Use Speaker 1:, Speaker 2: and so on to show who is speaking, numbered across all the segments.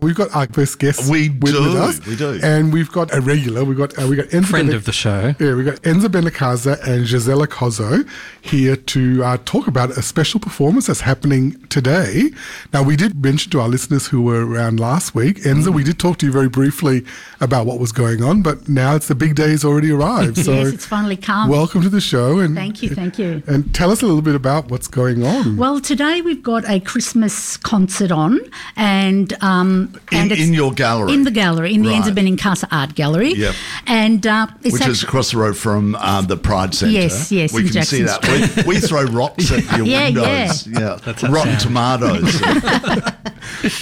Speaker 1: We've got our first guest
Speaker 2: We
Speaker 1: with,
Speaker 2: do,
Speaker 1: with us.
Speaker 2: we do.
Speaker 1: And we've got a regular. We've got, uh, we got Enzo
Speaker 3: friend
Speaker 1: Bene-
Speaker 3: of the show.
Speaker 1: yeah, we got Enzo Benacasa and Gisela Cozzo here to uh, talk about a special performance that's happening today. Now, we did mention to our listeners who were around last week, Enzo, we did talk to you very briefly about what was going on, but now it's the big day has already arrived. So,
Speaker 4: yes, it's finally come.
Speaker 1: welcome to the show. And
Speaker 4: thank you, thank you.
Speaker 1: And tell us a little bit about what's going on.
Speaker 4: Well, today we've got a Christmas concert on, and um, and
Speaker 2: in,
Speaker 4: it's
Speaker 2: in your gallery,
Speaker 4: in the gallery, in the
Speaker 2: Right.
Speaker 4: Enzo Benincasa Art Gallery.
Speaker 2: Yep.
Speaker 4: And uh, it's
Speaker 2: which
Speaker 4: actually,
Speaker 2: is across the road from uh, the Pride Centre.
Speaker 4: Yes, yes,
Speaker 2: we
Speaker 4: in
Speaker 2: can see
Speaker 4: Jackson
Speaker 2: that. We, we throw rocks at your
Speaker 4: Yeah,
Speaker 2: windows. Yeah, rotten tomatoes.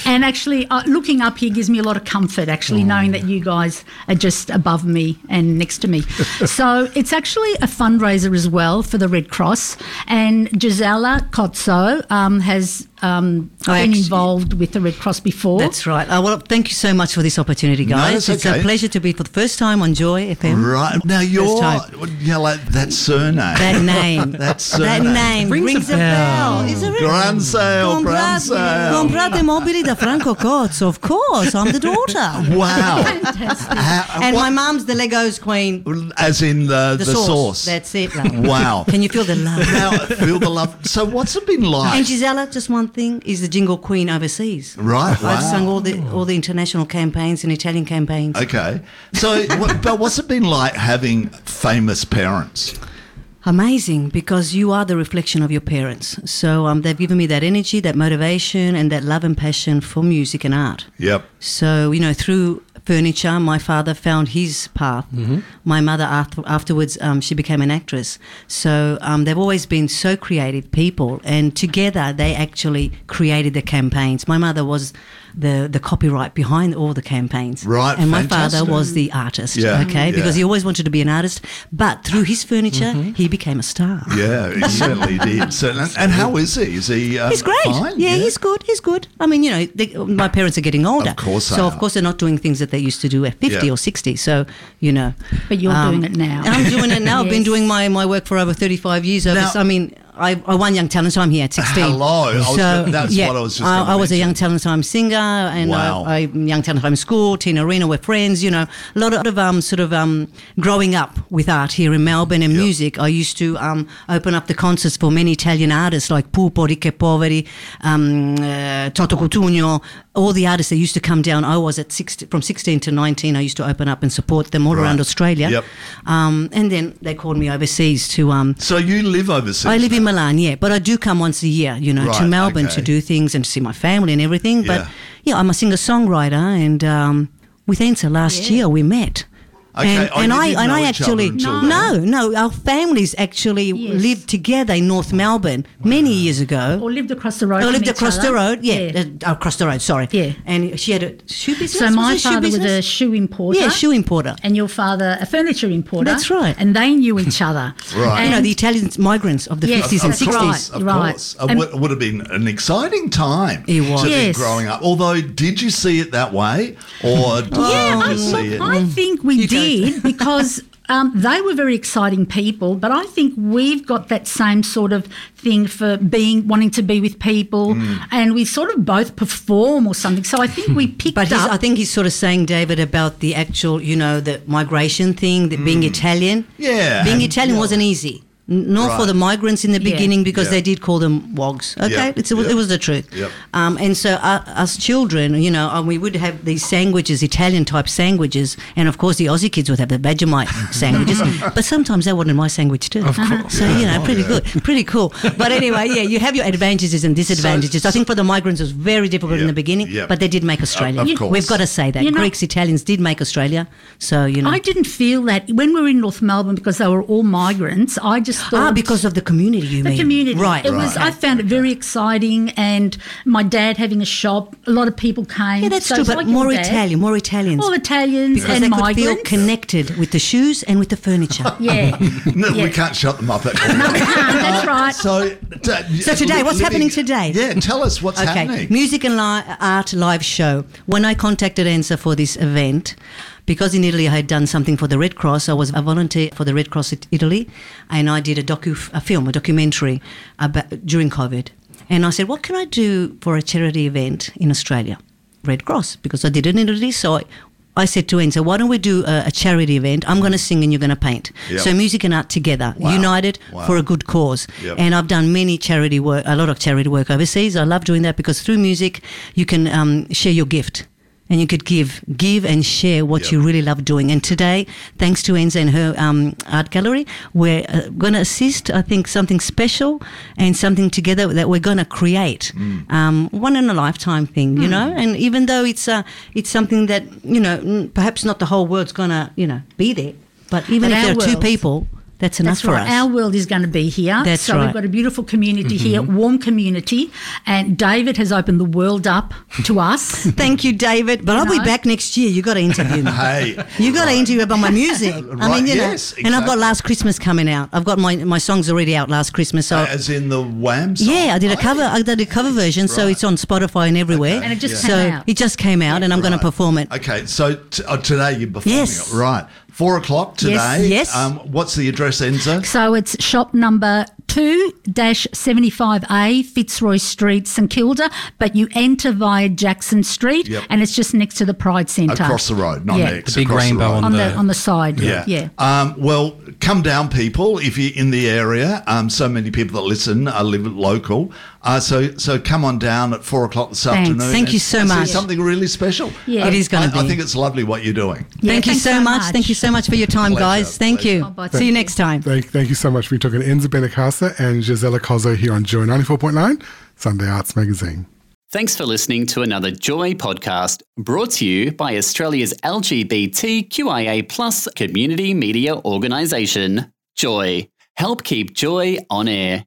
Speaker 4: and actually uh, looking up here gives me a lot of comfort.
Speaker 2: Mm.
Speaker 4: Actually, knowing that you guys are just above me and next to me. so it's actually a fundraiser as well for the Red Cross. And Gisela Cozzo um, has um, been
Speaker 5: I Oh, actually-
Speaker 4: involved with the Red Cross before.
Speaker 5: That's right. Oh, well, thank you so much for this opportunity, guys.
Speaker 2: it's okay.
Speaker 5: a pleasure to be for the first time on Joy FM.
Speaker 2: right now, you're
Speaker 5: time.
Speaker 2: yeah, like that surname.
Speaker 5: That name.
Speaker 2: That
Speaker 5: that
Speaker 2: surname.
Speaker 5: name
Speaker 3: Rings
Speaker 5: rings,
Speaker 3: a
Speaker 5: a bell. Is it
Speaker 2: Grand sale, grand sale.
Speaker 5: Comprate mobili da Franco Cozzo. Of course, I'm the daughter.
Speaker 2: Wow. How-
Speaker 5: And
Speaker 2: what-
Speaker 5: my mum's the Legos queen.
Speaker 2: as in the,
Speaker 5: The,
Speaker 2: the sauce.
Speaker 5: That's it. love.
Speaker 2: Wow.
Speaker 5: Can you feel the love?
Speaker 2: now feel the love. So what's it been like?
Speaker 5: And Gisela, just one thing, is the jingle queen overseas.
Speaker 2: Right,
Speaker 5: I've
Speaker 2: wow.
Speaker 5: sung all the all the international campaigns and Italian campaigns.
Speaker 2: okay. So, what, but what's it been like having famous parents?
Speaker 5: Amazing, because you are the reflection of your parents. So um, they've given me that energy, that motivation, and that love and passion for music and art.
Speaker 2: Yep.
Speaker 5: So, you know, through furniture, my father found his path.
Speaker 2: Mm-hmm.
Speaker 5: My mother, after, afterwards, um, she became an actress. So um, they've always been so creative people, and together they actually created the campaigns. My mother was the, the copyright behind all the campaigns.
Speaker 2: Right,
Speaker 5: And my
Speaker 2: fantastic.
Speaker 5: father was the artist,
Speaker 2: Yeah,
Speaker 5: okay,
Speaker 2: yeah. Mm-hmm.
Speaker 5: because he always wanted to be an artist, but through his furniture, he became a star.
Speaker 2: Yeah, he certainly did. Certainly. And, and how is he? Is he? Um,
Speaker 5: He's great.
Speaker 2: Fine?
Speaker 5: Yeah, he's good. He's good. I mean, you know, they, my parents are getting older.
Speaker 2: Of course they
Speaker 5: So,
Speaker 2: are.
Speaker 5: of course, they're not doing things that they used to do at 50
Speaker 2: Yeah.
Speaker 5: or 60. So, you know. Um,
Speaker 4: But you're doing it now.
Speaker 5: And I'm doing it now. I've been
Speaker 4: Yes.
Speaker 5: doing my, my work for over 35 years. Over,
Speaker 2: Now-
Speaker 5: I mean, I, I won Young Talent Time here at 16.
Speaker 2: Hello. I was gonna- that's what I was just gonna
Speaker 5: Uh, I, was a
Speaker 2: mention.
Speaker 5: Young Talent Time singer and
Speaker 2: Wow.
Speaker 5: I, I Young Talent Time School, Teen Arena, we're friends, you know. A lot of um, sort of um, growing up with art here in Melbourne and music. I used to um, open up the concerts for many Italian artists like Pupo, Di Che Poveri, um, uh, Toto Cutugno, all the artists that used to come down. I was at 16, from 16 to 19, I used to open up and support them all
Speaker 2: Right.
Speaker 5: around Australia.
Speaker 2: Yep.
Speaker 5: Um, and then they called me overseas to um,
Speaker 2: So you live overseas.
Speaker 5: I live in Milan, yeah, but I do come once a year, you know, to
Speaker 2: Right,
Speaker 5: Melbourne
Speaker 2: okay.
Speaker 5: to do things and to see my family and everything.
Speaker 2: Yeah.
Speaker 5: But yeah, I'm a singer songwriter, and um, with Enza last year we met.
Speaker 2: Okay,
Speaker 5: and,
Speaker 2: oh,
Speaker 5: and
Speaker 2: you
Speaker 5: I
Speaker 2: didn't
Speaker 5: and
Speaker 2: know
Speaker 5: I
Speaker 2: each
Speaker 5: actually
Speaker 2: other until
Speaker 5: no no our families actually
Speaker 4: Yes.
Speaker 5: lived together in North Melbourne many years ago.
Speaker 4: or lived across the road.
Speaker 5: I
Speaker 4: from
Speaker 5: Oh, lived
Speaker 4: each
Speaker 5: across the
Speaker 4: other.
Speaker 5: road, yeah, uh, across the road. Sorry,
Speaker 4: Yeah.
Speaker 5: And she had a shoe business.
Speaker 4: So
Speaker 5: Was
Speaker 4: my
Speaker 5: it shoe
Speaker 4: father was a
Speaker 5: business?
Speaker 4: shoe importer.
Speaker 5: yeah shoe importer.
Speaker 4: And your father a furniture importer.
Speaker 5: That's right.
Speaker 4: And they knew each other.
Speaker 2: Right.
Speaker 5: you know
Speaker 4: And-
Speaker 5: the Italian migrants of the
Speaker 4: Yes,
Speaker 5: fifties and
Speaker 4: that's right.
Speaker 5: sixties.
Speaker 2: Of
Speaker 4: right.
Speaker 2: course. It
Speaker 4: And-
Speaker 2: would, would have been an exciting time.
Speaker 5: It was.
Speaker 2: to be
Speaker 4: Yes.
Speaker 2: growing up. Although, did you see it that way? Or did
Speaker 4: yeah,
Speaker 2: you
Speaker 4: I,
Speaker 2: see it?
Speaker 4: look, I think we did because um, they were very exciting people. But I think we've got that same sort of thing for being wanting to be with people,
Speaker 2: Hmm.
Speaker 4: and we sort of both perform or something. So I think we picked
Speaker 5: But he's,
Speaker 4: up.
Speaker 5: I think he's sort of saying, David, about the actual, you know, the migration thing, that being Italian.
Speaker 2: Mm. Yeah,
Speaker 5: Being
Speaker 2: and-
Speaker 5: Italian wasn't easy. N- Not for
Speaker 2: Right.
Speaker 5: the migrants in the
Speaker 4: Yeah.
Speaker 5: beginning because
Speaker 2: Yeah.
Speaker 5: they did call them wogs. Okay,
Speaker 2: Yeah,
Speaker 5: It's, it, was,
Speaker 2: yeah.
Speaker 5: it was the truth.
Speaker 2: Yep.
Speaker 5: Um, and so uh, us children, you know, um, we would have these sandwiches, Italian type sandwiches, and of course the Aussie kids would have the Vegemite sandwiches. but sometimes they wanted my sandwich too. Of course. So you
Speaker 2: Oh,
Speaker 5: know, pretty good, pretty cool. But anyway, yeah, you have your advantages and disadvantages. I think for the migrants it was very difficult
Speaker 2: Yeah,
Speaker 5: in the beginning,
Speaker 2: yeah.
Speaker 5: but they did make Australia.
Speaker 2: of You- course.
Speaker 5: We've got to say that
Speaker 4: You know-
Speaker 5: Greeks, Italians did make Australia. So you know,
Speaker 4: I didn't feel that when we were in North Melbourne because they were all migrants. I just
Speaker 5: Ah,
Speaker 4: thought-
Speaker 5: because of the community, you
Speaker 4: the
Speaker 5: mean?
Speaker 4: community.
Speaker 5: Right.
Speaker 4: It was.
Speaker 5: okay.
Speaker 4: I found it very exciting, and my dad having a shop. A lot of people came.
Speaker 5: yeah, that's
Speaker 4: So
Speaker 5: true,
Speaker 4: it's
Speaker 5: but
Speaker 4: like your
Speaker 5: more
Speaker 4: dad,
Speaker 5: Italian, more Italians.
Speaker 4: All Italians
Speaker 5: because
Speaker 4: and
Speaker 5: they could
Speaker 4: migrants.
Speaker 5: feel connected with the shoes and with the furniture.
Speaker 4: yeah,
Speaker 2: No,
Speaker 4: Yeah.
Speaker 2: we can't shut them up at all. Uh,
Speaker 4: that's right.
Speaker 2: So,
Speaker 5: So today, what's happening today?
Speaker 2: Yeah, tell us what's
Speaker 5: okay.
Speaker 2: happening.
Speaker 5: Music and li- art live show. When I contacted Enza for this event, because in Italy I had done something for the Red Cross, I was a volunteer for the Red Cross at Italy, and I did a docu a film, a documentary about, during COVID. And I said, what can I do for a charity event in Australia? Red Cross, because I did it in Italy, so. I, I said to Enzo, why don't we do a, a charity event? I'm going to sing and you're going to paint.
Speaker 2: Yep.
Speaker 5: So music and art together,
Speaker 2: Wow.
Speaker 5: united
Speaker 2: Wow.
Speaker 5: for a good cause.
Speaker 2: Yep.
Speaker 5: And I've done many charity work, a lot of charity work overseas. I love doing that because through music, you can um, share your gift. And you could give, give and share what
Speaker 2: Yep.
Speaker 5: you really love doing. And today, thanks to Enza and her um, art gallery, we're uh, going to assist, I think, something special and something together that we're going to create.
Speaker 4: Mm.
Speaker 5: Um, one in a lifetime thing, you know? And even though it's, uh, it's something that, you know, n- perhaps not the whole world's going to, you know, be there. But even
Speaker 4: But
Speaker 5: if
Speaker 4: our
Speaker 5: there are two
Speaker 4: world-
Speaker 5: people, that's enough
Speaker 4: That's
Speaker 5: for
Speaker 4: right.
Speaker 5: us.
Speaker 4: Our world is going to be here.
Speaker 5: That's
Speaker 4: so
Speaker 5: right. Mm-hmm.
Speaker 4: we've got a beautiful community here, warm community, and David has opened the world up to us.
Speaker 5: Thank you, David. But I'll be
Speaker 4: No.
Speaker 5: back next year. You got to interview me.
Speaker 2: Hey.
Speaker 5: You got to interview about my music. I
Speaker 2: Right,
Speaker 5: mean, you know,
Speaker 2: yes,
Speaker 5: and I've got
Speaker 2: exactly.
Speaker 5: Last Christmas coming out. I've got my, my songs already out last Christmas. So
Speaker 2: As in the Wham song.
Speaker 5: yeah, I did a cover. I did a cover version, so
Speaker 2: Right.
Speaker 5: it's on Spotify and everywhere.
Speaker 4: And it just
Speaker 5: so
Speaker 4: came out.
Speaker 5: it just came out, and I'm going to perform it.
Speaker 2: Okay, so t- uh, today you're performing
Speaker 5: Yes.
Speaker 2: it. Right. Four o'clock today.
Speaker 5: yes.
Speaker 2: Um, what's the address, Enzo?
Speaker 4: So it's shop number 2 75A, Fitzroy Street, St Kilda, but you enter via Jackson Street
Speaker 2: Yep.
Speaker 4: and it's just next to the Pride Centre.
Speaker 2: Across the road, not
Speaker 4: Yeah.
Speaker 2: next.
Speaker 3: The big
Speaker 2: across
Speaker 3: rainbow
Speaker 2: road.
Speaker 3: on
Speaker 4: On the,
Speaker 3: the-
Speaker 4: on the side.
Speaker 2: Yeah.
Speaker 4: Yeah.
Speaker 2: Um, well, come down, people, if you're in the area. Um, so many people that listen are live local. Uh, so so come on down at four o'clock this
Speaker 4: Thanks.
Speaker 2: afternoon.
Speaker 5: Thank
Speaker 2: and-
Speaker 5: you so
Speaker 2: and see
Speaker 5: much.
Speaker 2: something really special.
Speaker 4: Yeah.
Speaker 5: It is
Speaker 2: I,
Speaker 5: going to be.
Speaker 2: I think it's lovely what you're doing.
Speaker 4: Yeah,
Speaker 5: Thank you
Speaker 4: thanks
Speaker 5: so,
Speaker 4: so
Speaker 5: much.
Speaker 4: much. Oh,
Speaker 5: Thank you so much for your time,
Speaker 2: Pleasure,
Speaker 5: guys. Thank
Speaker 2: pleasure.
Speaker 5: you. See you next time.
Speaker 1: Thank, thank you so much. We took an Enza Benacasa and Gisela Cozzo here on Joy 94.9, Sunday Arts Magazine.
Speaker 6: Thanks for listening to another Joy podcast brought to you by Australia's LGBTQIA plus community media organisation, Joy. Help keep Joy on air.